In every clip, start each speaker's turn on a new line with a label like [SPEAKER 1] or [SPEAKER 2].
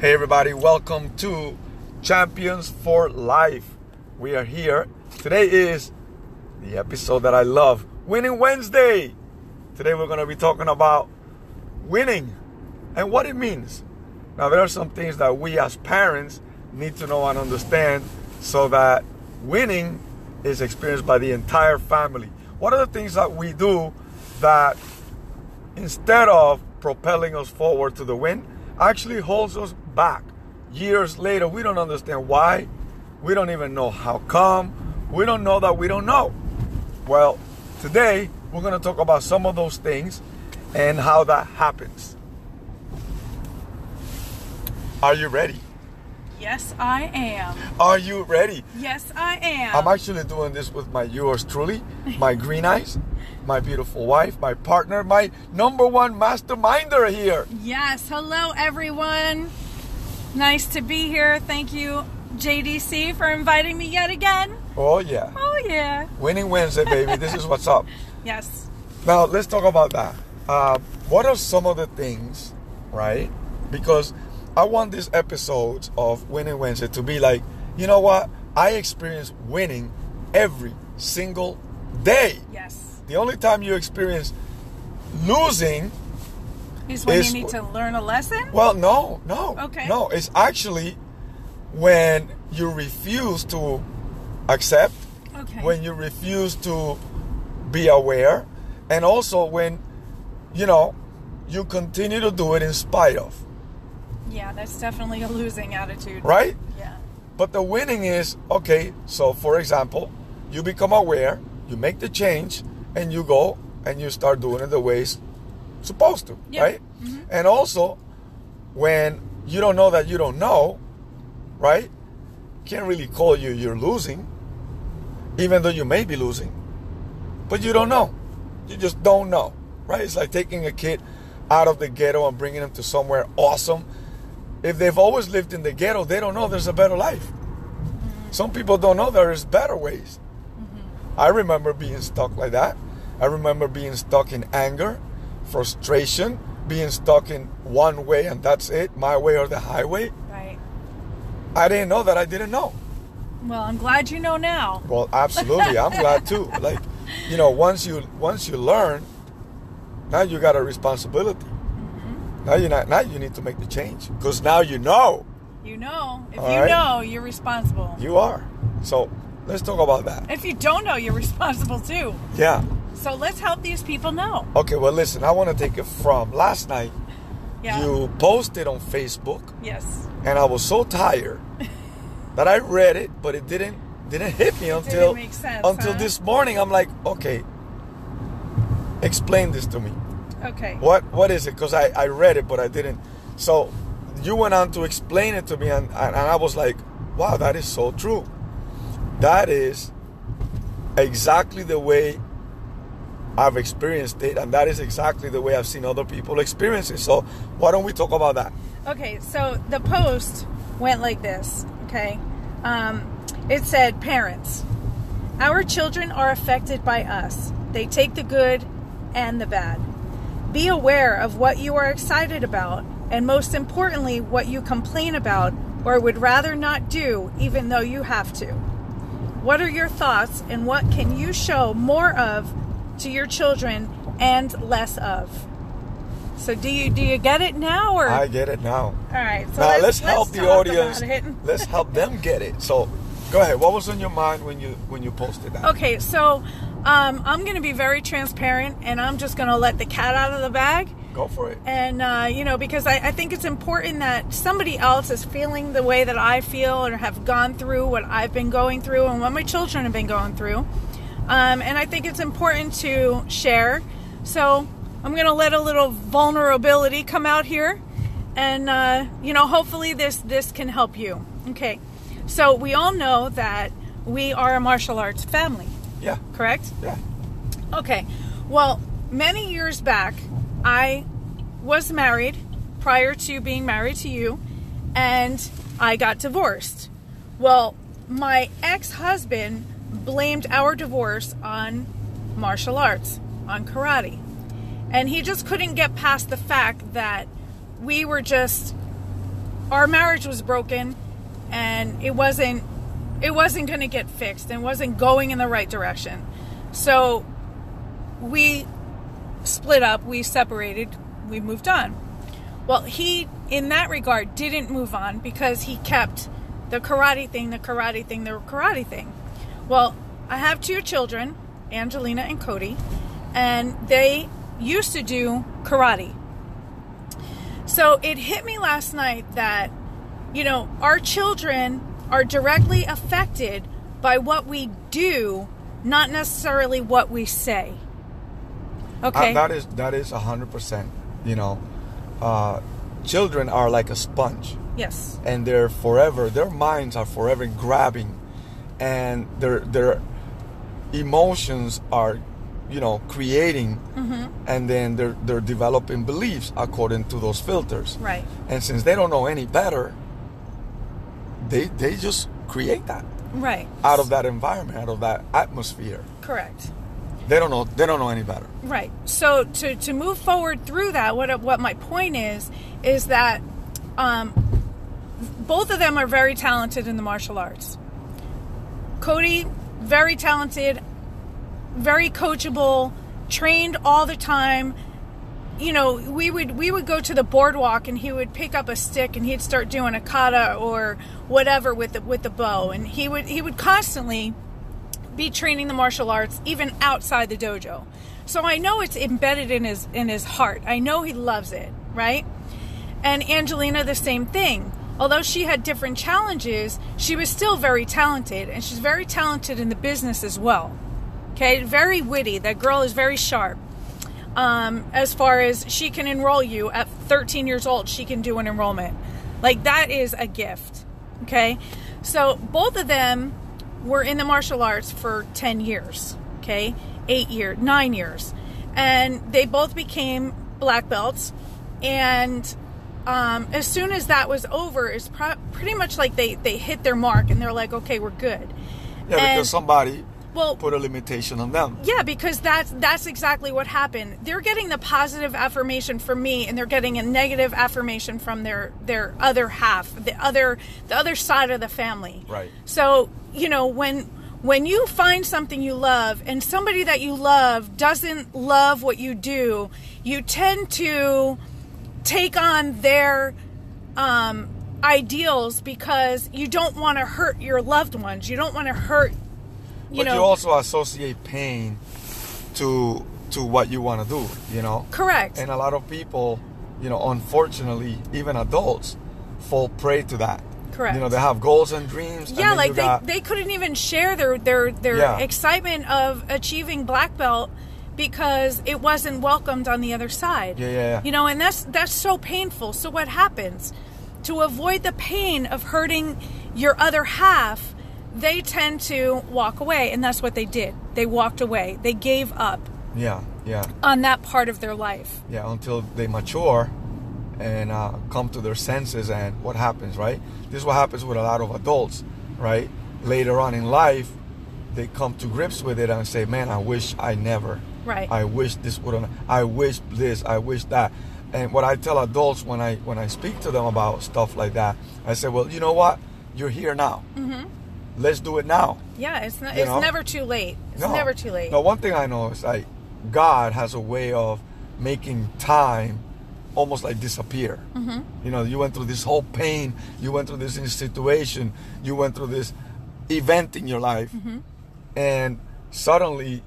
[SPEAKER 1] Hey, everybody, welcome to Champions for Life. We are here. Today is the episode that I love Winning Wednesday. Today, we're going to be talking about winning and what it means. Now, there are some things that we as parents need to know and understand so that winning is experienced by the entire family. What are the things that we do that instead of propelling us forward to the win, actually holds us back. Years later, we don't understand why. We don't even know how come. We don't know that we don't know. Well, today we're going to talk about some of those things and how that happens. Are you ready?
[SPEAKER 2] Yes, I am.
[SPEAKER 1] Are you ready?
[SPEAKER 2] Yes, I am.
[SPEAKER 1] I'm actually doing this with my yours truly, my green eyes, my beautiful wife, my partner, my number one masterminder here.
[SPEAKER 2] yes, hello everyone. Nice to be here. Thank you, JDC, for inviting me yet again.
[SPEAKER 1] Oh, yeah.
[SPEAKER 2] Oh, yeah.
[SPEAKER 1] Winning Wednesday, baby. This is what's up.
[SPEAKER 2] Yes.
[SPEAKER 1] Now let's talk about that. Uh, what are some of the things, right? Because I want these episodes of Winning Wednesday to be like, you know what? I experience winning every single day.
[SPEAKER 2] Yes.
[SPEAKER 1] The only time you experience losing,
[SPEAKER 2] Is when
[SPEAKER 1] Is-
[SPEAKER 2] you need to learn a lesson?
[SPEAKER 1] well, no, no,
[SPEAKER 2] Okay.
[SPEAKER 1] no. It's actually when you refuse to accept
[SPEAKER 2] Okay.
[SPEAKER 1] when you refuse to be aware and also when you know you continue to do it in spite of
[SPEAKER 2] yeah, that's definitely a losing attitude.
[SPEAKER 1] right
[SPEAKER 2] Yeah.
[SPEAKER 1] but the winning is okay so for example you become aware you make the change and you go and you start doing it the way it's supposed to
[SPEAKER 2] Yeah.
[SPEAKER 1] right and also when you don't know that you don't know right can't really call you you're losing even though you may be losing but you don't know. You just don't know, right? It's like taking a kid out of the ghetto and bringing them to somewhere awesome. If they've always lived in the ghetto, they don't know there's a better life. Some people don't know there is better ways. I remember being stuck like that. I remember being stuck in anger, frustration, being stuck in one way and that's it, my way or the highway.
[SPEAKER 2] Right.
[SPEAKER 1] I didn't know that I didn't know.
[SPEAKER 2] Well, I'm glad you know now.
[SPEAKER 1] Well, absolutely. I'm glad too. Like, you know, once you once you learn, now you got a responsibility. Now you not now you need to make the change because now you know
[SPEAKER 2] You know. If
[SPEAKER 1] All
[SPEAKER 2] you
[SPEAKER 1] right.
[SPEAKER 2] know, you're responsible.
[SPEAKER 1] you are. So let's talk about that.
[SPEAKER 2] if you don't know, you're responsible too.
[SPEAKER 1] Yeah.
[SPEAKER 2] So let's help these people know.
[SPEAKER 1] Okay. Well, listen. I want to take it from last night.
[SPEAKER 2] Yeah.
[SPEAKER 1] You posted on Facebook,
[SPEAKER 2] yes.
[SPEAKER 1] and I was so tired that I read it, but it didn't didn't hit me
[SPEAKER 2] didn't
[SPEAKER 1] until
[SPEAKER 2] make sense,
[SPEAKER 1] until
[SPEAKER 2] huh?
[SPEAKER 1] this morning. I'm like, okay, explain this to me.
[SPEAKER 2] Okay.
[SPEAKER 1] What what is it? Because I, I read it but I didn't. So you went on to explain it to me and, and I was like, wow, that is so true. That is exactly the way I've experienced it, and that is exactly the way I've seen other people experience it. So why don't we talk about that?
[SPEAKER 2] Okay, so the post went like this, okay? Um, it said, Parents, our children are affected by us. They take the good and the bad. Be aware of what you are excited about, and most importantly, what you complain about or would rather not do, even though you have to. What are your thoughts, and what can you show more of to your children and less of? So do you do you get it now or
[SPEAKER 1] I get it now.
[SPEAKER 2] all right. So
[SPEAKER 1] now let's,
[SPEAKER 2] let's, let's
[SPEAKER 1] help the
[SPEAKER 2] talk
[SPEAKER 1] audience.
[SPEAKER 2] about it.
[SPEAKER 1] let's help them get it. So go ahead. What was on your mind when you when you posted that?
[SPEAKER 2] Okay. So um, I'm going to be very transparent, and I'm just going to let the cat out of the bag.
[SPEAKER 1] Go for it.
[SPEAKER 2] And uh, you know, because I, I think it's important that somebody else is feeling the way that I feel, or have gone through what I've been going through, and what my children have been going through. Um, and I think it's important to share. So I'm going to let a little vulnerability come out here, and uh, you know, hopefully this this can help you. Okay. So we all know that we are a martial arts family,
[SPEAKER 1] Yeah.
[SPEAKER 2] correct?
[SPEAKER 1] Yeah.
[SPEAKER 2] Okay. Well, many years back, I was married prior to being married to you, and I got divorced. Well, my ex husband blamed our divorce on martial arts, on karate. And he just couldn't get past the fact that we were just our marriage was broken and it wasn't it wasn't going to get fixed and wasn't going in the right direction. So we split up, we separated, we moved on. Well, he in that regard didn't move on because he kept the karate thing, the karate thing, the karate thing. Well, I have two children, Angelina and Cody, and they used to do karate. So it hit me last night that, you know, our children are directly affected by what we do, not necessarily what we say. Okay.
[SPEAKER 1] Uh, that is that is hundred percent. You know, uh, children are like a sponge,
[SPEAKER 2] yes.
[SPEAKER 1] and they're forever. Their minds are forever grabbing, and their their emotions are, you know, creating,
[SPEAKER 2] Mm-hmm.
[SPEAKER 1] and then they're they're developing beliefs according to those filters.
[SPEAKER 2] Right.
[SPEAKER 1] And since they don't know any better, they they just create that
[SPEAKER 2] Right.
[SPEAKER 1] out of that environment, out of that atmosphere.
[SPEAKER 2] Correct.
[SPEAKER 1] They don't know they don't know any better.
[SPEAKER 2] Right. So to, to move forward through that, what what my point is is that um, both of them are very talented in the martial arts. Cody, very talented, very coachable, trained all the time. You know, we would we would go to the boardwalk and he would pick up a stick and he'd start doing a kata or whatever with the, with the bow and he would he would constantly be training the martial arts even outside the dojo. So I know it's embedded in his in his heart. I know he loves it, right? And Angelina the same thing. Although she had different challenges, she was still very talented and she's very talented in the business as well. Okay, very witty. That girl is very sharp. Um, as far as she can enroll you at 13 years old, she can do an enrollment. Like that is a gift. Okay, so both of them were in the martial arts for 10 years. Okay, eight years, nine years, and they both became black belts. And um, as soon as that was over, it's pro- pretty much like they they hit their mark and they're like, okay, we're good.
[SPEAKER 1] Yeah,
[SPEAKER 2] And-
[SPEAKER 1] because somebody
[SPEAKER 2] well,
[SPEAKER 1] put a limitation on them.
[SPEAKER 2] yeah, because that's that's exactly what happened. They're getting the positive affirmation from me, and they're getting a negative affirmation from their their other half, the other the other side of the family.
[SPEAKER 1] Right.
[SPEAKER 2] So you know when when you find something you love, and somebody that you love doesn't love what you do, you tend to take on their um, ideals because you don't want to hurt your loved ones. You don't want to hurt. You
[SPEAKER 1] but
[SPEAKER 2] know,
[SPEAKER 1] you also associate pain to to what you want to do, you know.
[SPEAKER 2] correct.
[SPEAKER 1] And a lot of people, you know, unfortunately, even adults, fall prey to that.
[SPEAKER 2] Correct.
[SPEAKER 1] You know, they have goals and dreams. and
[SPEAKER 2] Yeah,
[SPEAKER 1] then
[SPEAKER 2] like
[SPEAKER 1] you
[SPEAKER 2] they,
[SPEAKER 1] got-
[SPEAKER 2] they couldn't even share their their their
[SPEAKER 1] Yeah.
[SPEAKER 2] excitement of achieving black belt because it wasn't welcomed on the other side.
[SPEAKER 1] Yeah, yeah, yeah.
[SPEAKER 2] You know, and that's that's so painful. So what happens? To avoid the pain of hurting your other half, they tend to walk away, and that's what they did. They walked away. They gave up
[SPEAKER 1] Yeah, yeah,
[SPEAKER 2] on that part of their life.
[SPEAKER 1] yeah. Until they mature and uh, come to their senses, and what happens, right? This is what happens with a lot of adults, right? Later on in life, they come to grips with it and say, "Man, I wish I never."
[SPEAKER 2] Right.
[SPEAKER 1] I wish this would have I wish this, I wish that. And what I tell adults when I when I speak to them about stuff like that, I say, well, you know what? You're here now. Mm-hmm. Let's do it now.
[SPEAKER 2] Yeah, it's not,
[SPEAKER 1] You
[SPEAKER 2] it's
[SPEAKER 1] know?
[SPEAKER 2] never too late. It's
[SPEAKER 1] No.
[SPEAKER 2] never too late.
[SPEAKER 1] No, one thing I know is like God has a way of making time almost like disappear.
[SPEAKER 2] Mm-hmm.
[SPEAKER 1] You know, you went through this whole pain, you went through this situation, you went through this event in your life,
[SPEAKER 2] Mm-hmm.
[SPEAKER 1] and suddenly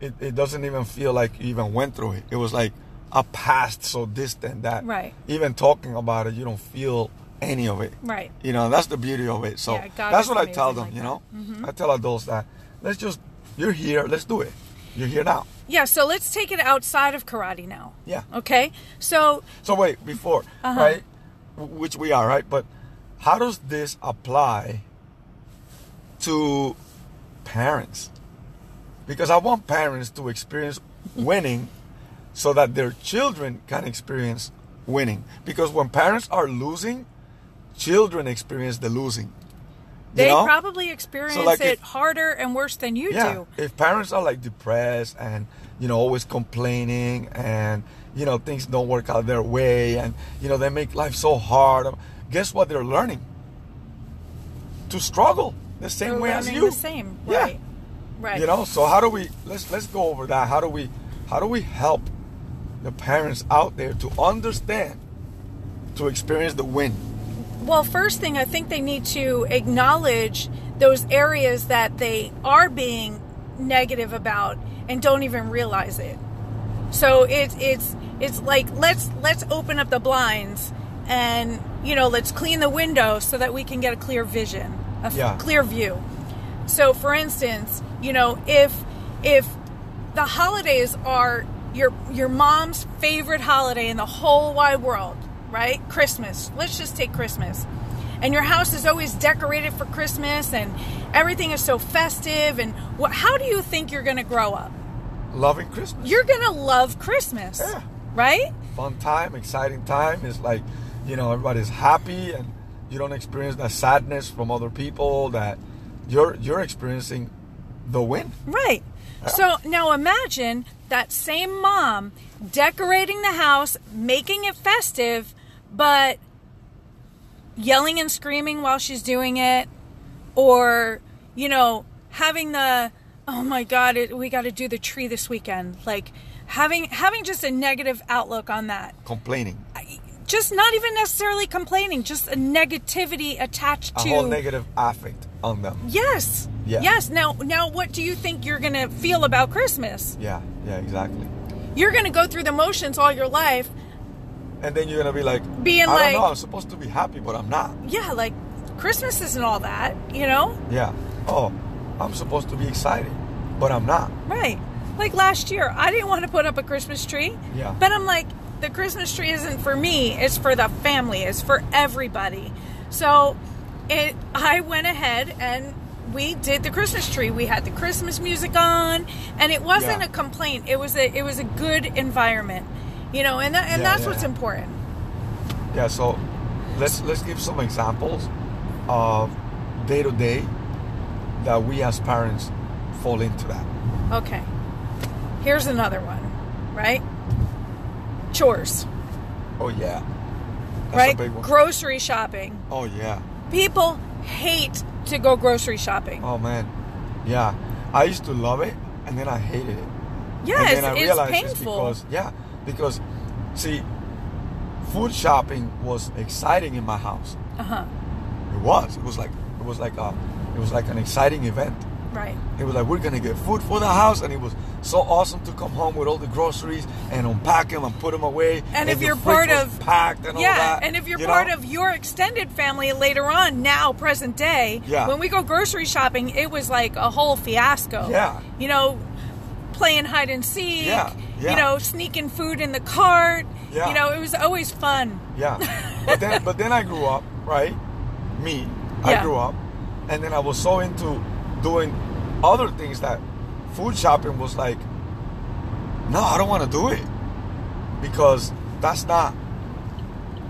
[SPEAKER 1] it, it doesn't even feel like you even went through it. It was like a past so distant that
[SPEAKER 2] Right.
[SPEAKER 1] even talking about it, you don't feel any of it.
[SPEAKER 2] Right.
[SPEAKER 1] You know, that's the beauty of it. So
[SPEAKER 2] Yeah, God
[SPEAKER 1] that's
[SPEAKER 2] is
[SPEAKER 1] what I tell them,
[SPEAKER 2] amazing like
[SPEAKER 1] you
[SPEAKER 2] that. Mm-hmm.
[SPEAKER 1] know? I tell adults that let's just you're here, let's do it. You're here now.
[SPEAKER 2] Yeah, so let's take it outside of karate now.
[SPEAKER 1] Yeah.
[SPEAKER 2] Okay? So
[SPEAKER 1] So wait, before
[SPEAKER 2] Uh-huh.
[SPEAKER 1] right, W- which we are right, but how does this apply to parents? Because I want parents to experience winning, so that their children can experience winning. Because when parents are losing, children experience the losing. You
[SPEAKER 2] They
[SPEAKER 1] know?
[SPEAKER 2] probably experience
[SPEAKER 1] So, like,
[SPEAKER 2] it
[SPEAKER 1] if-
[SPEAKER 2] harder and worse than you do.
[SPEAKER 1] If parents are like depressed and you know always complaining and you know things don't work out their way and you know they make life so hard, guess what they're learning? To struggle the same
[SPEAKER 2] They're
[SPEAKER 1] way as
[SPEAKER 2] learning
[SPEAKER 1] you.
[SPEAKER 2] The same,
[SPEAKER 1] Yeah.
[SPEAKER 2] right? Right.
[SPEAKER 1] You know, so how do we let's let's go over that. How do we how do we help the parents out there to understand to experience the win?
[SPEAKER 2] Well, first thing, I think they need to acknowledge those areas that they are being negative about and don't even realize it. So it's it's it's like let's let's open up the blinds and you know let's clean the window so that we can get a clear vision, a f-
[SPEAKER 1] Yeah.
[SPEAKER 2] clear view. So, for instance, you know if if the holidays are your your mom's favorite holiday in the whole wide world, right? Christmas. Let's just take Christmas. And your house is always decorated for Christmas and everything is so festive and what how do you think you're going to grow up?
[SPEAKER 1] Loving Christmas.
[SPEAKER 2] You're going to love Christmas.
[SPEAKER 1] Yeah.
[SPEAKER 2] Right?
[SPEAKER 1] Fun time, exciting time. It's like, you know, everybody's happy and you don't experience that sadness from other people that you're you're experiencing the win.
[SPEAKER 2] Right. So now imagine that same mom decorating the house, making it festive, but yelling and screaming while she's doing it, or, you know, having the, oh my God, it, we got to do the tree this weekend. Like, having having just a negative outlook on that
[SPEAKER 1] Complaining.
[SPEAKER 2] just not even necessarily complaining just a negativity attached
[SPEAKER 1] A
[SPEAKER 2] to
[SPEAKER 1] whole negative affect on them.
[SPEAKER 2] Yes.
[SPEAKER 1] Yeah.
[SPEAKER 2] Yes. Now, now, what do you think you're gonna feel about Christmas?
[SPEAKER 1] Yeah, yeah, exactly.
[SPEAKER 2] You're gonna go through the motions all your life.
[SPEAKER 1] And then you're gonna be like
[SPEAKER 2] Being
[SPEAKER 1] I don't
[SPEAKER 2] like-
[SPEAKER 1] know, I'm supposed to be happy, but I'm not.
[SPEAKER 2] Yeah, like Christmas isn't all that, you know?
[SPEAKER 1] Yeah. Oh, I'm supposed to be excited, but I'm not.
[SPEAKER 2] Right. Like last year, I didn't want to put up a Christmas tree.
[SPEAKER 1] Yeah.
[SPEAKER 2] But I'm like, the Christmas tree isn't for me. It's for the family. It's for everybody. So, it. I went ahead and we did the Christmas tree. We had the Christmas music on, and it wasn't
[SPEAKER 1] Yeah.
[SPEAKER 2] a complaint. It was a. It was a good environment, you know. And that, and
[SPEAKER 1] Yeah,
[SPEAKER 2] that's
[SPEAKER 1] yeah,
[SPEAKER 2] what's
[SPEAKER 1] yeah.
[SPEAKER 2] important.
[SPEAKER 1] Yeah. So let's let's give some examples of day to day that we as parents fall into that.
[SPEAKER 2] Okay. Here's another one, right? Chores,
[SPEAKER 1] Oh yeah. That's
[SPEAKER 2] right?
[SPEAKER 1] a big one.
[SPEAKER 2] Grocery shopping.
[SPEAKER 1] oh yeah.
[SPEAKER 2] People hate to go grocery shopping.
[SPEAKER 1] Oh man. Yeah. I used to love it, and then I hated it.
[SPEAKER 2] yes,
[SPEAKER 1] and then I
[SPEAKER 2] it's
[SPEAKER 1] realized it's
[SPEAKER 2] painful.
[SPEAKER 1] because yeah, because see, food shopping was exciting in my house.
[SPEAKER 2] uh-huh.
[SPEAKER 1] It was. It was like it was like a, it was like an exciting event.
[SPEAKER 2] Right.
[SPEAKER 1] It was like, we're gonna get food for the house, and it was so awesome to come home with all the groceries and unpack them and put them away.
[SPEAKER 2] And if
[SPEAKER 1] the
[SPEAKER 2] you're
[SPEAKER 1] fridge
[SPEAKER 2] part
[SPEAKER 1] was
[SPEAKER 2] of-
[SPEAKER 1] packed and all
[SPEAKER 2] yeah,
[SPEAKER 1] that,
[SPEAKER 2] and if you're
[SPEAKER 1] you
[SPEAKER 2] part
[SPEAKER 1] know?
[SPEAKER 2] of your extended family later on, now present day,
[SPEAKER 1] Yeah.
[SPEAKER 2] when we go grocery shopping, it was like a whole fiasco.
[SPEAKER 1] Yeah.
[SPEAKER 2] You know, playing hide and seek,
[SPEAKER 1] Yeah, yeah.
[SPEAKER 2] you know, sneaking food in the cart.
[SPEAKER 1] Yeah.
[SPEAKER 2] You know, it was always fun.
[SPEAKER 1] yeah, but then but then I grew up, right? Me, I
[SPEAKER 2] Yeah.
[SPEAKER 1] grew up, and then I was so into doing other things that food shopping was like, no, I don't want to do it because that's not.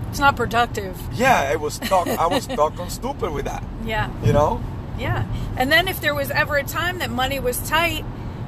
[SPEAKER 2] It's not productive.
[SPEAKER 1] Yeah, I was stuck. I was stuck on stupid with that,
[SPEAKER 2] Yeah.
[SPEAKER 1] you know.
[SPEAKER 2] Yeah. And then if there was ever a time that money was tight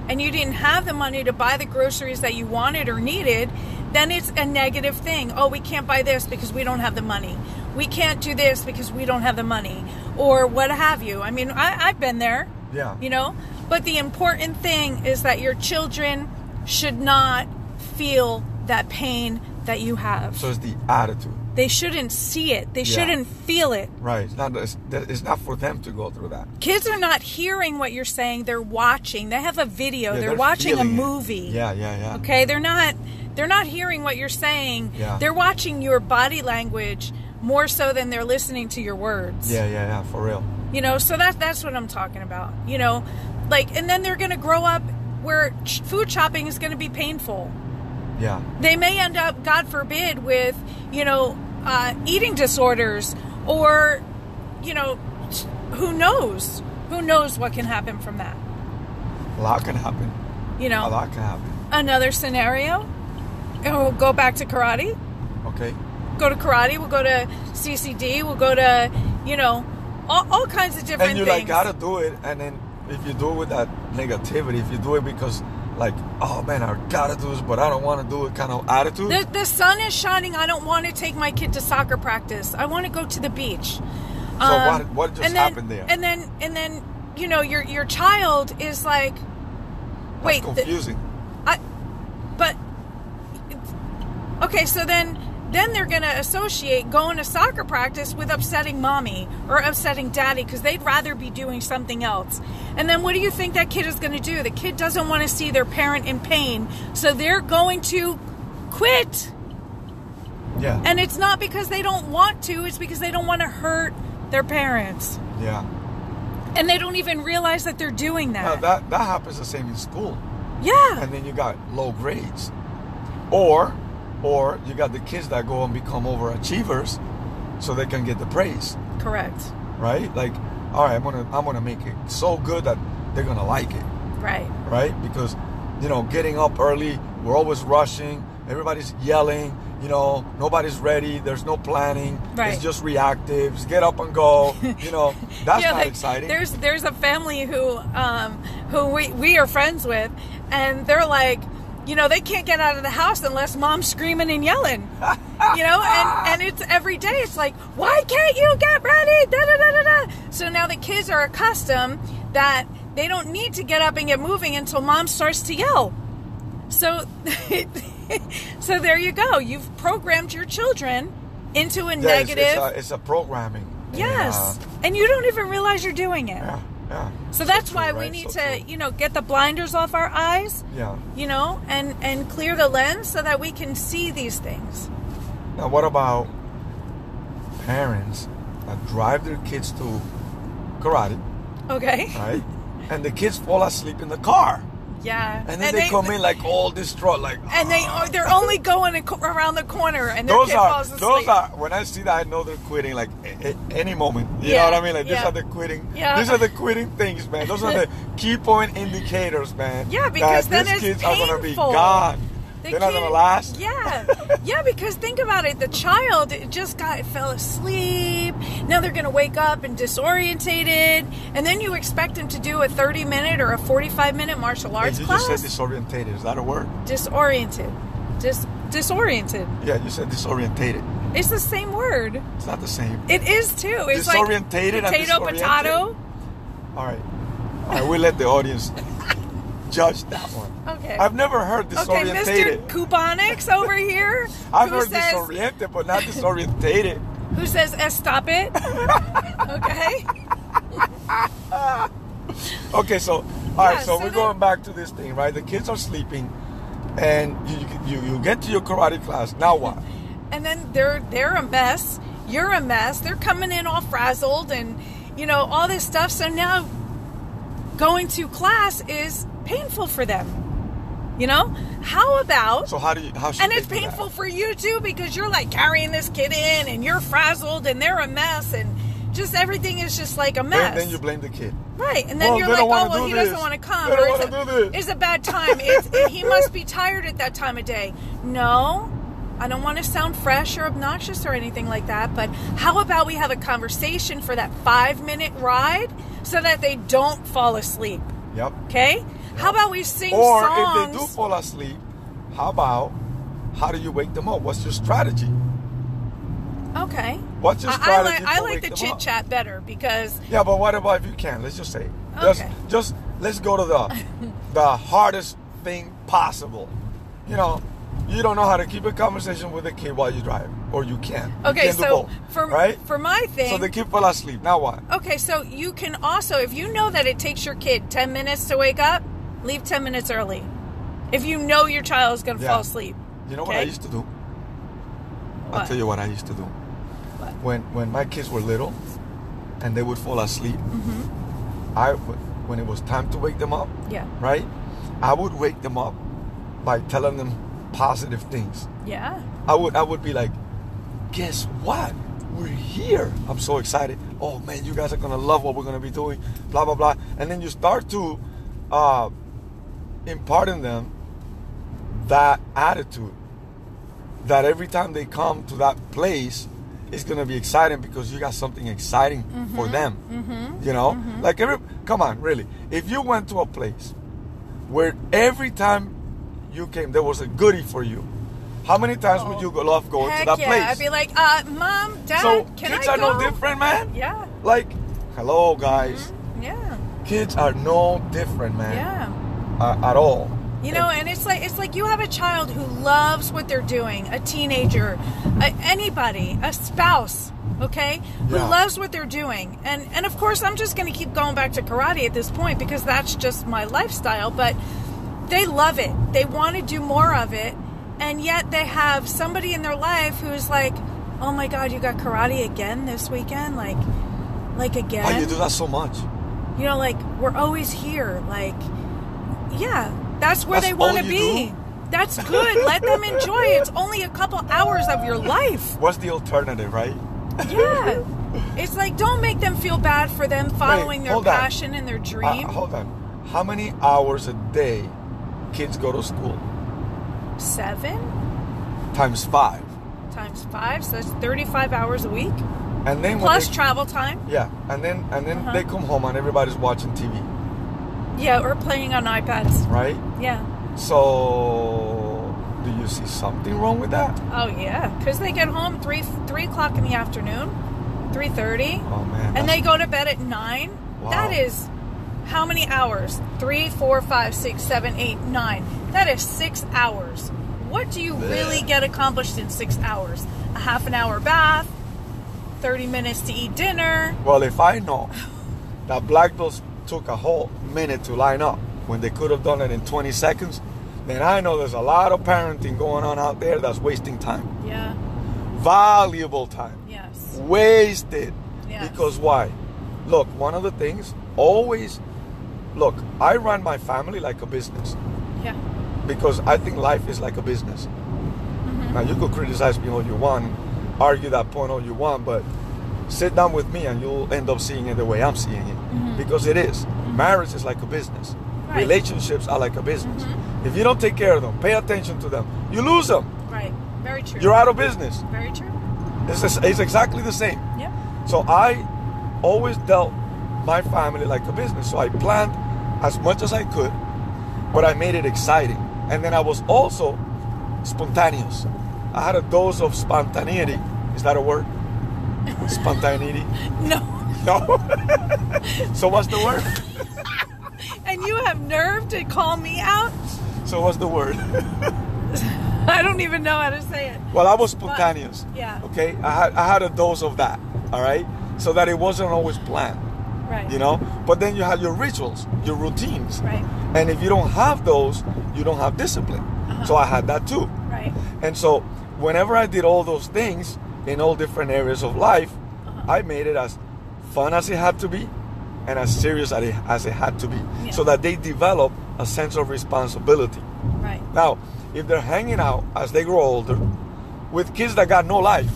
[SPEAKER 2] and you didn't have the money to buy the groceries that you wanted or needed, then it's a negative thing. Oh, we can't buy this because we don't have the money. We can't do this because we don't have the money or what have you. I mean, I, I've been there,
[SPEAKER 1] Yeah.
[SPEAKER 2] you know? But the important thing is that your children should not feel that pain that you have.
[SPEAKER 1] So it's the attitude.
[SPEAKER 2] they shouldn't see it, they
[SPEAKER 1] Yeah.
[SPEAKER 2] shouldn't feel it.
[SPEAKER 1] Right. It's not, it's, it's not for them to go through that.
[SPEAKER 2] kids are not hearing what you're saying they're watching they have a video
[SPEAKER 1] Yeah,
[SPEAKER 2] they're, watching a
[SPEAKER 1] feeling it.
[SPEAKER 2] movie
[SPEAKER 1] Yeah, yeah, yeah.
[SPEAKER 2] okay they're not they're not hearing what you're saying
[SPEAKER 1] Yeah.
[SPEAKER 2] they're watching your body language more so than they're listening to your words
[SPEAKER 1] Yeah, yeah, yeah, for real.
[SPEAKER 2] you know so that that's what i'm talking about you know like and then they're gonna grow up where ch- food shopping is gonna be painful
[SPEAKER 1] Yeah.
[SPEAKER 2] they may end up, God forbid, with you know uh, eating disorders or you know who knows who knows what can happen from that.
[SPEAKER 1] A lot can happen.
[SPEAKER 2] You
[SPEAKER 1] A
[SPEAKER 2] know,
[SPEAKER 1] lot can happen.
[SPEAKER 2] another scenario. And we'll go back to karate.
[SPEAKER 1] Okay?
[SPEAKER 2] Go to karate. We'll go to CCD. We'll go to you know all, all kinds of
[SPEAKER 1] And
[SPEAKER 2] different
[SPEAKER 1] you
[SPEAKER 2] things.
[SPEAKER 1] like gotta do it and then if you do it with that negativity, if you do it because like, oh man, I gotta do this, but I don't want to do it kind of attitude.
[SPEAKER 2] The, the sun is shining. I don't want to take my kid to soccer practice. I want to go to the beach. Um,
[SPEAKER 1] So what- what just
[SPEAKER 2] and then,
[SPEAKER 1] happened there?
[SPEAKER 2] And then, and then, you know, your your child is like, wait,
[SPEAKER 1] That's
[SPEAKER 2] th-
[SPEAKER 1] confusing.
[SPEAKER 2] I, but okay, so then then they're going to associate going to soccer practice with upsetting mommy or upsetting daddy because they'd rather be doing something else. And then what do you think that kid is going to do? The kid doesn't want to see their parent in pain, so they're going to quit.
[SPEAKER 1] yeah.
[SPEAKER 2] And it's not because they don't want to, it's because they don't want to hurt their parents.
[SPEAKER 1] yeah.
[SPEAKER 2] And they don't even realize that they're doing
[SPEAKER 1] Now
[SPEAKER 2] that.
[SPEAKER 1] that that happens the same in school,
[SPEAKER 2] yeah.
[SPEAKER 1] and then you got low grades, or or you got the kids that go and become overachievers, so they can get the praise,
[SPEAKER 2] Correct.
[SPEAKER 1] right? Like, all right, I'm gonna I'm gonna make it so good that they're gonna like it,
[SPEAKER 2] Right.
[SPEAKER 1] right? Because you know, getting up early, we're always rushing, everybody's yelling, you know, nobody's ready, there's no planning,
[SPEAKER 2] Right.
[SPEAKER 1] it's just reactive, just get up and go, you know, that's
[SPEAKER 2] yeah,
[SPEAKER 1] not
[SPEAKER 2] like,
[SPEAKER 1] exciting.
[SPEAKER 2] There's there's a family who um, who we, we are friends with, and they're like, you know, they can't get out of the house unless mom's screaming and yelling, you know, and and it's every day. It's like, why can't you get ready? Da da da da da. So now the kids are accustomed that they don't need to get up and get moving until mom starts to yell. So, so there you go. You've programmed your children into a
[SPEAKER 1] Yeah, it's-
[SPEAKER 2] negative.
[SPEAKER 1] It's, a, it's a programming. and,
[SPEAKER 2] Yes.
[SPEAKER 1] uh,
[SPEAKER 2] And you don't even realize you're doing it.
[SPEAKER 1] yeah, yeah.
[SPEAKER 2] So that's
[SPEAKER 1] true,
[SPEAKER 2] why we
[SPEAKER 1] right?
[SPEAKER 2] need
[SPEAKER 1] So
[SPEAKER 2] to,
[SPEAKER 1] true.
[SPEAKER 2] you know, get the blinders off our eyes,
[SPEAKER 1] Yeah.
[SPEAKER 2] you know, and and clear the lens so that we can see these things.
[SPEAKER 1] Now, what about parents that drive their kids to karate,
[SPEAKER 2] Okay?
[SPEAKER 1] right? and the kids fall asleep in the car,
[SPEAKER 2] Yeah.
[SPEAKER 1] and then they, come in like all distraught, like. "Ah."
[SPEAKER 2] and they are they're only going a co- around the corner and their
[SPEAKER 1] those
[SPEAKER 2] kid
[SPEAKER 1] are
[SPEAKER 2] falls asleep.
[SPEAKER 1] those are when I see that I know they're quitting like a, a- any moment. You
[SPEAKER 2] Yeah,
[SPEAKER 1] know what I mean? Like these
[SPEAKER 2] yeah.
[SPEAKER 1] are the quitting.
[SPEAKER 2] Yeah.
[SPEAKER 1] These are the quitting things, man. Those are the key point indicators, man.
[SPEAKER 2] Yeah, because
[SPEAKER 1] that
[SPEAKER 2] then
[SPEAKER 1] these
[SPEAKER 2] it's
[SPEAKER 1] kids are gonna be
[SPEAKER 2] painful.
[SPEAKER 1] gone.
[SPEAKER 2] The
[SPEAKER 1] They're not gonna
[SPEAKER 2] kid-
[SPEAKER 1] last.
[SPEAKER 2] Yeah, yeah. Because think about it: the child just got fell asleep. Now they're going to wake up and disorientated, and then you expect them to do a thirty-minute or a forty-five-minute martial
[SPEAKER 1] Hey,
[SPEAKER 2] arts
[SPEAKER 1] you
[SPEAKER 2] class.
[SPEAKER 1] just said disorientated. Is that a word?
[SPEAKER 2] disoriented, dis disoriented.
[SPEAKER 1] Yeah, you said disorientated.
[SPEAKER 2] It's the same word.
[SPEAKER 1] It's not the same.
[SPEAKER 2] It is too. It's
[SPEAKER 1] Disorientated and
[SPEAKER 2] like potato,
[SPEAKER 1] disoriented.
[SPEAKER 2] potato.
[SPEAKER 1] All right. All right, we'll let the audience judge that one.
[SPEAKER 2] Okay.
[SPEAKER 1] I've never heard
[SPEAKER 2] okay,
[SPEAKER 1] disorientated.
[SPEAKER 2] Mr. Couponics over here,
[SPEAKER 1] I've
[SPEAKER 2] who
[SPEAKER 1] heard
[SPEAKER 2] says
[SPEAKER 1] disoriented, but not disorientated.
[SPEAKER 2] who says "Eh, "Stop it." okay.
[SPEAKER 1] Okay, so all right,
[SPEAKER 2] Yeah,
[SPEAKER 1] so,
[SPEAKER 2] so
[SPEAKER 1] we're
[SPEAKER 2] then-
[SPEAKER 1] going back to this thing, right? The kids are sleeping, and you you, you get to your karate class. Now what?
[SPEAKER 2] and then they're they're a mess. You're a mess. They're coming in all frazzled and you know all this stuff. So now going to class is painful for them. You know? How about
[SPEAKER 1] So how do you how should
[SPEAKER 2] and
[SPEAKER 1] they
[SPEAKER 2] it's
[SPEAKER 1] do that?
[SPEAKER 2] painful for you too because you're like carrying this kid in and you're frazzled and they're a mess and just everything is just like a mess.
[SPEAKER 1] Then, then you blame the kid.
[SPEAKER 2] Right, and then
[SPEAKER 1] Well,
[SPEAKER 2] you're
[SPEAKER 1] they
[SPEAKER 2] like,
[SPEAKER 1] don't
[SPEAKER 2] oh,
[SPEAKER 1] wanna do
[SPEAKER 2] well, he
[SPEAKER 1] this.
[SPEAKER 2] doesn't want to come.
[SPEAKER 1] They don't
[SPEAKER 2] it's,
[SPEAKER 1] wanna
[SPEAKER 2] a,
[SPEAKER 1] do this.
[SPEAKER 2] it's a bad time. It's, it- he must be tired at that time of day. No, I don't want to sound fresh or obnoxious or anything like that, but how about we have a conversation for that five minute ride so that they don't fall asleep,
[SPEAKER 1] Yep.
[SPEAKER 2] okay? How about we sing
[SPEAKER 1] Or if
[SPEAKER 2] songs?
[SPEAKER 1] they do fall asleep, how about how do you wake them up? What's your strategy?
[SPEAKER 2] okay.
[SPEAKER 1] What's your
[SPEAKER 2] I, I
[SPEAKER 1] strategy?
[SPEAKER 2] like, I
[SPEAKER 1] to
[SPEAKER 2] like
[SPEAKER 1] wake
[SPEAKER 2] the
[SPEAKER 1] them up?
[SPEAKER 2] chit chat better because,
[SPEAKER 1] Yeah, but what about if you can? Let's just say. Just,
[SPEAKER 2] Okay.
[SPEAKER 1] just let's go to the the hardest thing possible. You know, you don't know how to keep a conversation with a kid while you drive, or you can. You
[SPEAKER 2] okay,
[SPEAKER 1] can do
[SPEAKER 2] so
[SPEAKER 1] both,
[SPEAKER 2] for,
[SPEAKER 1] right,
[SPEAKER 2] for my thing.
[SPEAKER 1] so the kid fell asleep. Now what?
[SPEAKER 2] Okay, so you can also, if you know that it takes your kid 10 minutes to wake up, leave 10 minutes early. If you know your child is going to
[SPEAKER 1] Yeah.
[SPEAKER 2] fall asleep.
[SPEAKER 1] You know what I
[SPEAKER 2] Okay.
[SPEAKER 1] used to do? I'll
[SPEAKER 2] What?
[SPEAKER 1] tell you what I used to do. When when my kids were little, and they would fall asleep,
[SPEAKER 2] Mm-hmm.
[SPEAKER 1] I would, when it was time to wake them up,
[SPEAKER 2] Yeah.
[SPEAKER 1] right? I would wake them up by telling them positive things.
[SPEAKER 2] Yeah.
[SPEAKER 1] I would I would be like, guess what? We're here. I'm so excited. Oh man, you guys are gonna love what we're gonna be doing. Blah blah blah. And then you start to uh, impart in them that attitude that every time they come to that place, it's gonna be exciting because you got something exciting
[SPEAKER 2] Mm-hmm.
[SPEAKER 1] for them. You know, like every come on, really. If you went to a place where every time you came, there was a goodie for you. How many times would
[SPEAKER 2] Oh.
[SPEAKER 1] you go- love going
[SPEAKER 2] Heck
[SPEAKER 1] to that
[SPEAKER 2] yeah.
[SPEAKER 1] place?
[SPEAKER 2] I'd be like, uh, mom, dad,
[SPEAKER 1] so
[SPEAKER 2] can
[SPEAKER 1] kids
[SPEAKER 2] I
[SPEAKER 1] are
[SPEAKER 2] go?
[SPEAKER 1] no different, man.
[SPEAKER 2] Yeah.
[SPEAKER 1] Like, hello, guys.
[SPEAKER 2] Yeah.
[SPEAKER 1] Kids are no different, man.
[SPEAKER 2] Yeah.
[SPEAKER 1] uh, at all.
[SPEAKER 2] You know, and it's like it's like you have a child who loves what they're doing, a teenager, a, anybody, a spouse, okay, who
[SPEAKER 1] Yeah.
[SPEAKER 2] loves what they're doing, and and of course I'm just going to keep going back to karate at this point because that's just my lifestyle. But they love it; they want to do more of it, and yet they have somebody in their life who's like, "Oh my God, you got karate again this weekend? Like, like again?
[SPEAKER 1] Why you do that so much?
[SPEAKER 2] you know like we're always here like yeah that's where
[SPEAKER 1] That's
[SPEAKER 2] they want to
[SPEAKER 1] all you
[SPEAKER 2] be
[SPEAKER 1] do?
[SPEAKER 2] that's good let them enjoy it it's only a couple hours of your life
[SPEAKER 1] What's the alternative, right?
[SPEAKER 2] yeah it's like don't make them feel bad for them following their
[SPEAKER 1] hold on.
[SPEAKER 2] passion and their
[SPEAKER 1] Uh,
[SPEAKER 2] dream
[SPEAKER 1] hold on. How many hours a day kids go to school?
[SPEAKER 2] seven
[SPEAKER 1] Times five.
[SPEAKER 2] times five so that's 35 hours a week
[SPEAKER 1] And then when
[SPEAKER 2] plus
[SPEAKER 1] they-
[SPEAKER 2] travel time
[SPEAKER 1] yeah, and then and then
[SPEAKER 2] Uh-huh.
[SPEAKER 1] they come home and everybody's watching TV,
[SPEAKER 2] yeah or playing on ipads
[SPEAKER 1] right?
[SPEAKER 2] yeah
[SPEAKER 1] So do you see something wrong with that?
[SPEAKER 2] oh yeah because they get home three three o'clock in the afternoon 3.30
[SPEAKER 1] Oh man.
[SPEAKER 2] and
[SPEAKER 1] that's-
[SPEAKER 2] they go to bed at nine.
[SPEAKER 1] Wow.
[SPEAKER 2] That is how many hours? Three, four, five, six, seven, eight, nine. That is six hours. What do you really get accomplished in six hours? A half an hour bath, thirty minutes to eat dinner.
[SPEAKER 1] Well, if I know that black belts took a whole minute to line up when they could have done it in 20 seconds, then I know there's a lot of parenting going on out there that's wasting time.
[SPEAKER 2] Yeah.
[SPEAKER 1] Valuable time.
[SPEAKER 2] Yes.
[SPEAKER 1] Wasted.
[SPEAKER 2] Yes.
[SPEAKER 1] Because why? Look, one of the things always look, I run my family like a business
[SPEAKER 2] Yeah.
[SPEAKER 1] because I think life is like a business. Now you could criticize me all you want, argue that point all you want, but sit down with me and you'll end up seeing it the way I'm seeing it because it is. Marriage is like a business.
[SPEAKER 2] Right.
[SPEAKER 1] Relationships are like a business. If you don't take care of them, pay attention to them, you lose them.
[SPEAKER 2] Right. Very true.
[SPEAKER 1] You're out of business.
[SPEAKER 2] Very true.
[SPEAKER 1] It's, it's exactly the same.
[SPEAKER 2] Yep.
[SPEAKER 1] So I always dealt my family like a business. So I planned as much as I could, but I made it exciting. And then I was also spontaneous. I had a dose of spontaneity. Is that a word? Spontaneity?
[SPEAKER 2] No.
[SPEAKER 1] No. so what's the word?
[SPEAKER 2] And you have nerve to call me out?
[SPEAKER 1] So what's the word?
[SPEAKER 2] I don't even know how to say it.
[SPEAKER 1] Well, I was spontaneous.
[SPEAKER 2] yeah.
[SPEAKER 1] Okay. I had I had a dose of that. All right. So that it wasn't always planned.
[SPEAKER 2] Right.
[SPEAKER 1] you know but then you have your rituals your routines
[SPEAKER 2] Right.
[SPEAKER 1] and if you don't have those you don't have discipline so i had that too
[SPEAKER 2] Right.
[SPEAKER 1] and so whenever i did all those things in all different areas of life i made it as fun as it had to be and as serious as it, as it had to be
[SPEAKER 2] Yeah.
[SPEAKER 1] so that they develop a sense of responsibility
[SPEAKER 2] Right.
[SPEAKER 1] now if they're hanging out as they grow older with kids that got no life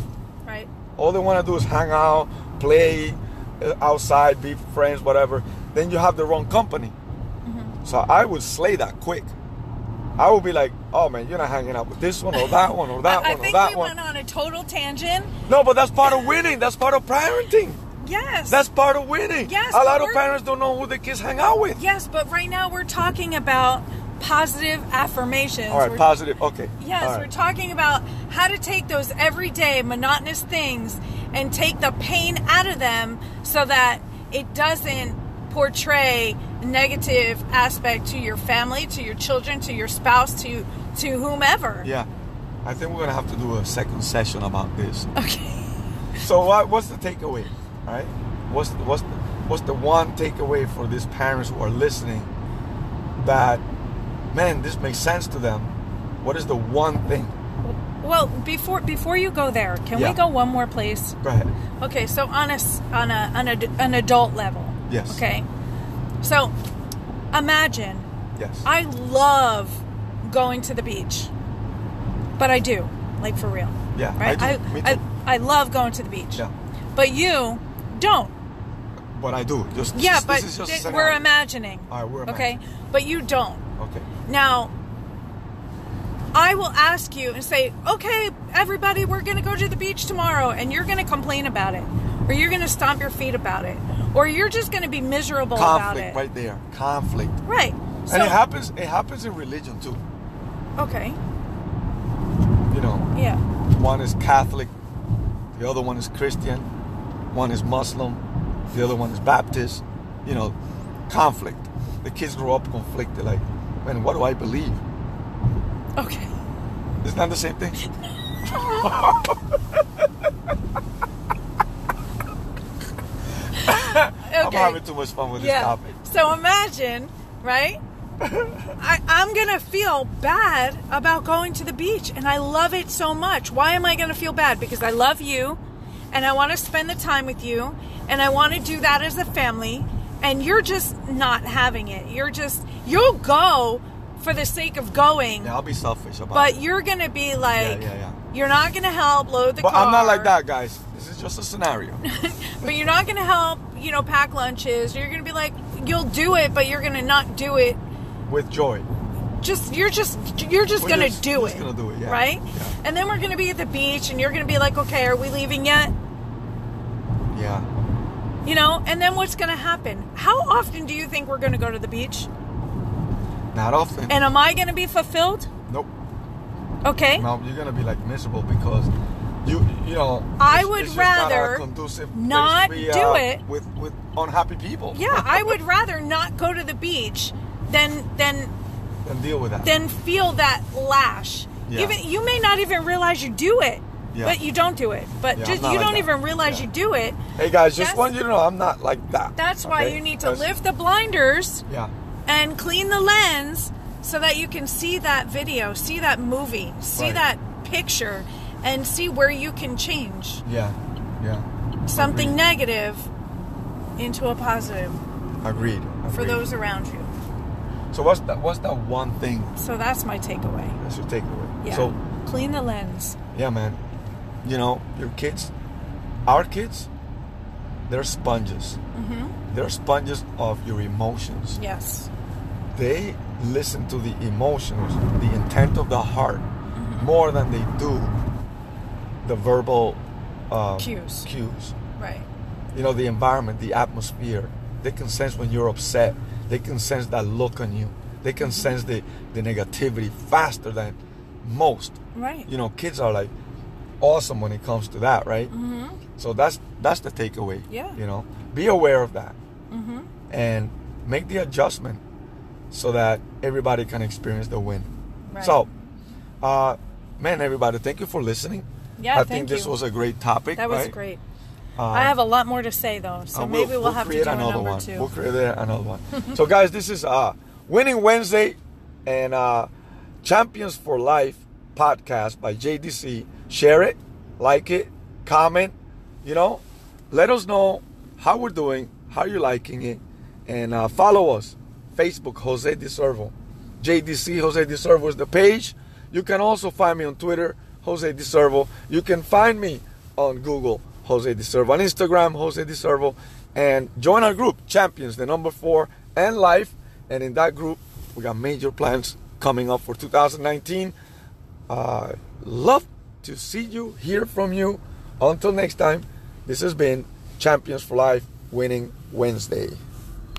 [SPEAKER 2] Right.
[SPEAKER 1] all they want to do is hang out, play uh, outside, be friends, whatever. Then you have the wrong company.
[SPEAKER 2] Mm-hmm.
[SPEAKER 1] So I would slay that quick. I would be like, oh man, you're not hanging out with this one or that one or that
[SPEAKER 2] I, I
[SPEAKER 1] one or
[SPEAKER 2] think
[SPEAKER 1] that
[SPEAKER 2] we
[SPEAKER 1] one.
[SPEAKER 2] went on a total tangent.
[SPEAKER 1] No, but that's part of winning. That's part of parenting.
[SPEAKER 2] Yes.
[SPEAKER 1] That's part of winning.
[SPEAKER 2] Yes,
[SPEAKER 1] a
[SPEAKER 2] but
[SPEAKER 1] lot of
[SPEAKER 2] we're-
[SPEAKER 1] parents don't know who the kids hang out with.
[SPEAKER 2] Yes, but right now we're talking about positive affirmations.
[SPEAKER 1] All right,
[SPEAKER 2] We're-
[SPEAKER 1] positive. Okay.
[SPEAKER 2] Yes,
[SPEAKER 1] All right.
[SPEAKER 2] we're talking about how to take those everyday monotonous things and take the pain out of them so that it doesn't portray negative aspect to your family, to your children, to your spouse, to to whomever.
[SPEAKER 1] yeah. I think we're gonna have to do a second session about this.
[SPEAKER 2] Okay.
[SPEAKER 1] So what, what's the takeaway? All right, what's what's what's the one takeaway for these parents who are listening? That man, this makes sense to them. What is the one thing?
[SPEAKER 2] Well, before before you go there, can
[SPEAKER 1] Yeah.
[SPEAKER 2] we go one more place?
[SPEAKER 1] Go ahead.
[SPEAKER 2] Okay, so on a s- on a on a, an adult level.
[SPEAKER 1] Yes.
[SPEAKER 2] Okay. So imagine
[SPEAKER 1] Yes.
[SPEAKER 2] I love going to the beach, but I do like for real.
[SPEAKER 1] Yeah, I
[SPEAKER 2] Right.
[SPEAKER 1] do. Me
[SPEAKER 2] I,
[SPEAKER 1] too.
[SPEAKER 2] I love going to the beach.
[SPEAKER 1] Yeah.
[SPEAKER 2] But you don't.
[SPEAKER 1] but I do. Just this
[SPEAKER 2] Yeah,
[SPEAKER 1] is-
[SPEAKER 2] but
[SPEAKER 1] this is just a
[SPEAKER 2] th-
[SPEAKER 1] scenario.
[SPEAKER 2] we're imagining.
[SPEAKER 1] All right, we're
[SPEAKER 2] Okay. But you don't.
[SPEAKER 1] Okay.
[SPEAKER 2] Now, I will ask you and say, okay, everybody, we're going to go to the beach tomorrow, and you're going to complain about it, or you're going to stomp your feet about it, or you're just going to be miserable about
[SPEAKER 1] Conflict
[SPEAKER 2] it.
[SPEAKER 1] right there. Conflict.
[SPEAKER 2] Right.
[SPEAKER 1] and
[SPEAKER 2] So-
[SPEAKER 1] it happens. It happens in religion too.
[SPEAKER 2] Okay.
[SPEAKER 1] You know,
[SPEAKER 2] Yeah.
[SPEAKER 1] one is Catholic, the other one is Christian, one is Muslim, the other one is Baptist. You know, conflict. The kids grow up conflicted. Like, man, what do I believe?
[SPEAKER 2] Okay.
[SPEAKER 1] It's not the same thing. I'm
[SPEAKER 2] Okay.
[SPEAKER 1] having too much fun with this
[SPEAKER 2] Yeah.
[SPEAKER 1] topic.
[SPEAKER 2] So imagine, right? I, I'm gonna feel bad about going to the beach, and I love it so much. Why am I gonna feel bad? Because I love you, and I want to spend the time with you, and I want to do that as a family. And you're just not having it. You're just you'll go for the sake of going,
[SPEAKER 1] Yeah, I'll be selfish about it.
[SPEAKER 2] but you're gonna be like,
[SPEAKER 1] yeah, yeah.
[SPEAKER 2] you're not gonna help load the
[SPEAKER 1] But
[SPEAKER 2] car.
[SPEAKER 1] I'm not like that, guys. This is just a scenario.
[SPEAKER 2] But you're not gonna help, you know, pack lunches. You're gonna be like, you'll do it, but you're gonna not do it.
[SPEAKER 1] with joy.
[SPEAKER 2] Just you're just you're just
[SPEAKER 1] We're
[SPEAKER 2] gonna
[SPEAKER 1] just-
[SPEAKER 2] do
[SPEAKER 1] we're
[SPEAKER 2] it.
[SPEAKER 1] just gonna do it, yeah.
[SPEAKER 2] Right?
[SPEAKER 1] Yeah.
[SPEAKER 2] And then we're gonna be at the beach, and you're gonna be like, okay, are we leaving yet?
[SPEAKER 1] Yeah.
[SPEAKER 2] You know. And then what's gonna happen? How often do you think we're gonna go to the beach?
[SPEAKER 1] Not often.
[SPEAKER 2] And am I gonna be fulfilled?
[SPEAKER 1] nope.
[SPEAKER 2] Okay.
[SPEAKER 1] No, you're gonna be like miserable because you you know.
[SPEAKER 2] I
[SPEAKER 1] it's-
[SPEAKER 2] would
[SPEAKER 1] it's just not a
[SPEAKER 2] rather
[SPEAKER 1] conducive place
[SPEAKER 2] not
[SPEAKER 1] to be,
[SPEAKER 2] do
[SPEAKER 1] uh,
[SPEAKER 2] it.
[SPEAKER 1] with with unhappy people.
[SPEAKER 2] Yeah, I would rather not go to the beach than than
[SPEAKER 1] And deal with that.
[SPEAKER 2] then feel that lash.
[SPEAKER 1] Yeah.
[SPEAKER 2] Even you may not even realize you do it,
[SPEAKER 1] Yeah.
[SPEAKER 2] but you don't do it. But
[SPEAKER 1] Yeah,
[SPEAKER 2] just
[SPEAKER 1] I'm not
[SPEAKER 2] you
[SPEAKER 1] like
[SPEAKER 2] don't
[SPEAKER 1] that.
[SPEAKER 2] even realize
[SPEAKER 1] Yeah.
[SPEAKER 2] you do it.
[SPEAKER 1] hey guys, just
[SPEAKER 2] that's-
[SPEAKER 1] want you to know I'm not like that.
[SPEAKER 2] That's why
[SPEAKER 1] okay?
[SPEAKER 2] you need to
[SPEAKER 1] That's-
[SPEAKER 2] lift the blinders
[SPEAKER 1] Yeah.
[SPEAKER 2] and clean the lens so that you can see that video, see that movie,
[SPEAKER 1] Right.
[SPEAKER 2] see that picture, and see where you can change
[SPEAKER 1] Yeah. Yeah.
[SPEAKER 2] something
[SPEAKER 1] Agreed.
[SPEAKER 2] negative into a positive
[SPEAKER 1] Agreed.
[SPEAKER 2] for
[SPEAKER 1] Agreed.
[SPEAKER 2] those around you.
[SPEAKER 1] So what's that? What's that one thing
[SPEAKER 2] So that's my takeaway.
[SPEAKER 1] that's your takeaway?
[SPEAKER 2] Yeah.
[SPEAKER 1] So
[SPEAKER 2] clean the lens.
[SPEAKER 1] yeah, man. You know your kids, our kids, they're sponges.
[SPEAKER 2] hmm
[SPEAKER 1] They're sponges of your emotions.
[SPEAKER 2] Yes.
[SPEAKER 1] they listen to the emotions, the intent of the heart,
[SPEAKER 2] Mm-hmm.
[SPEAKER 1] more than they do the verbal uh,
[SPEAKER 2] Cues.
[SPEAKER 1] Cues.
[SPEAKER 2] Right.
[SPEAKER 1] You know, the environment, the atmosphere. They can sense when you're upset. They can sense that look on you. They
[SPEAKER 2] Mm-hmm.
[SPEAKER 1] can sense the, the negativity faster than most.
[SPEAKER 2] Right.
[SPEAKER 1] You know, kids are like awesome when it comes to that, right? Mm-hmm. So that's that's the takeaway.
[SPEAKER 2] Yeah.
[SPEAKER 1] You know, be aware of that
[SPEAKER 2] Mm-hmm.
[SPEAKER 1] and make the adjustment so that everybody can experience the win.
[SPEAKER 2] Right.
[SPEAKER 1] So, uh, man, everybody, thank you for listening.
[SPEAKER 2] Yeah,
[SPEAKER 1] I
[SPEAKER 2] thank
[SPEAKER 1] think this
[SPEAKER 2] you.
[SPEAKER 1] was a great topic.
[SPEAKER 2] That was
[SPEAKER 1] right?
[SPEAKER 2] great.
[SPEAKER 1] Uh,
[SPEAKER 2] I have a lot more to say though, so
[SPEAKER 1] and
[SPEAKER 2] maybe we'll, have to do
[SPEAKER 1] create
[SPEAKER 2] a
[SPEAKER 1] another
[SPEAKER 2] number
[SPEAKER 1] one.
[SPEAKER 2] 2
[SPEAKER 1] We'll create another one. so, guys, this is uh, Winning Wednesday and uh, Champions for Life podcast by JDC. Share it, like it, comment. You know, let us know how we're doing, how you're liking it, and uh, follow us. Facebook Jose DeServo, JDC Jose DeServo is the page. You can also find me on Twitter Jose DeServo. You can find me on Google, Jose DeServo, on Instagram, Jose DeServo, and join our group, Champions, the number four, and Life. And in that group, we got major plans coming up for 2019. Uh, love to see you, hear from you. Until next time, this has been Champions for Life Winning Wednesday.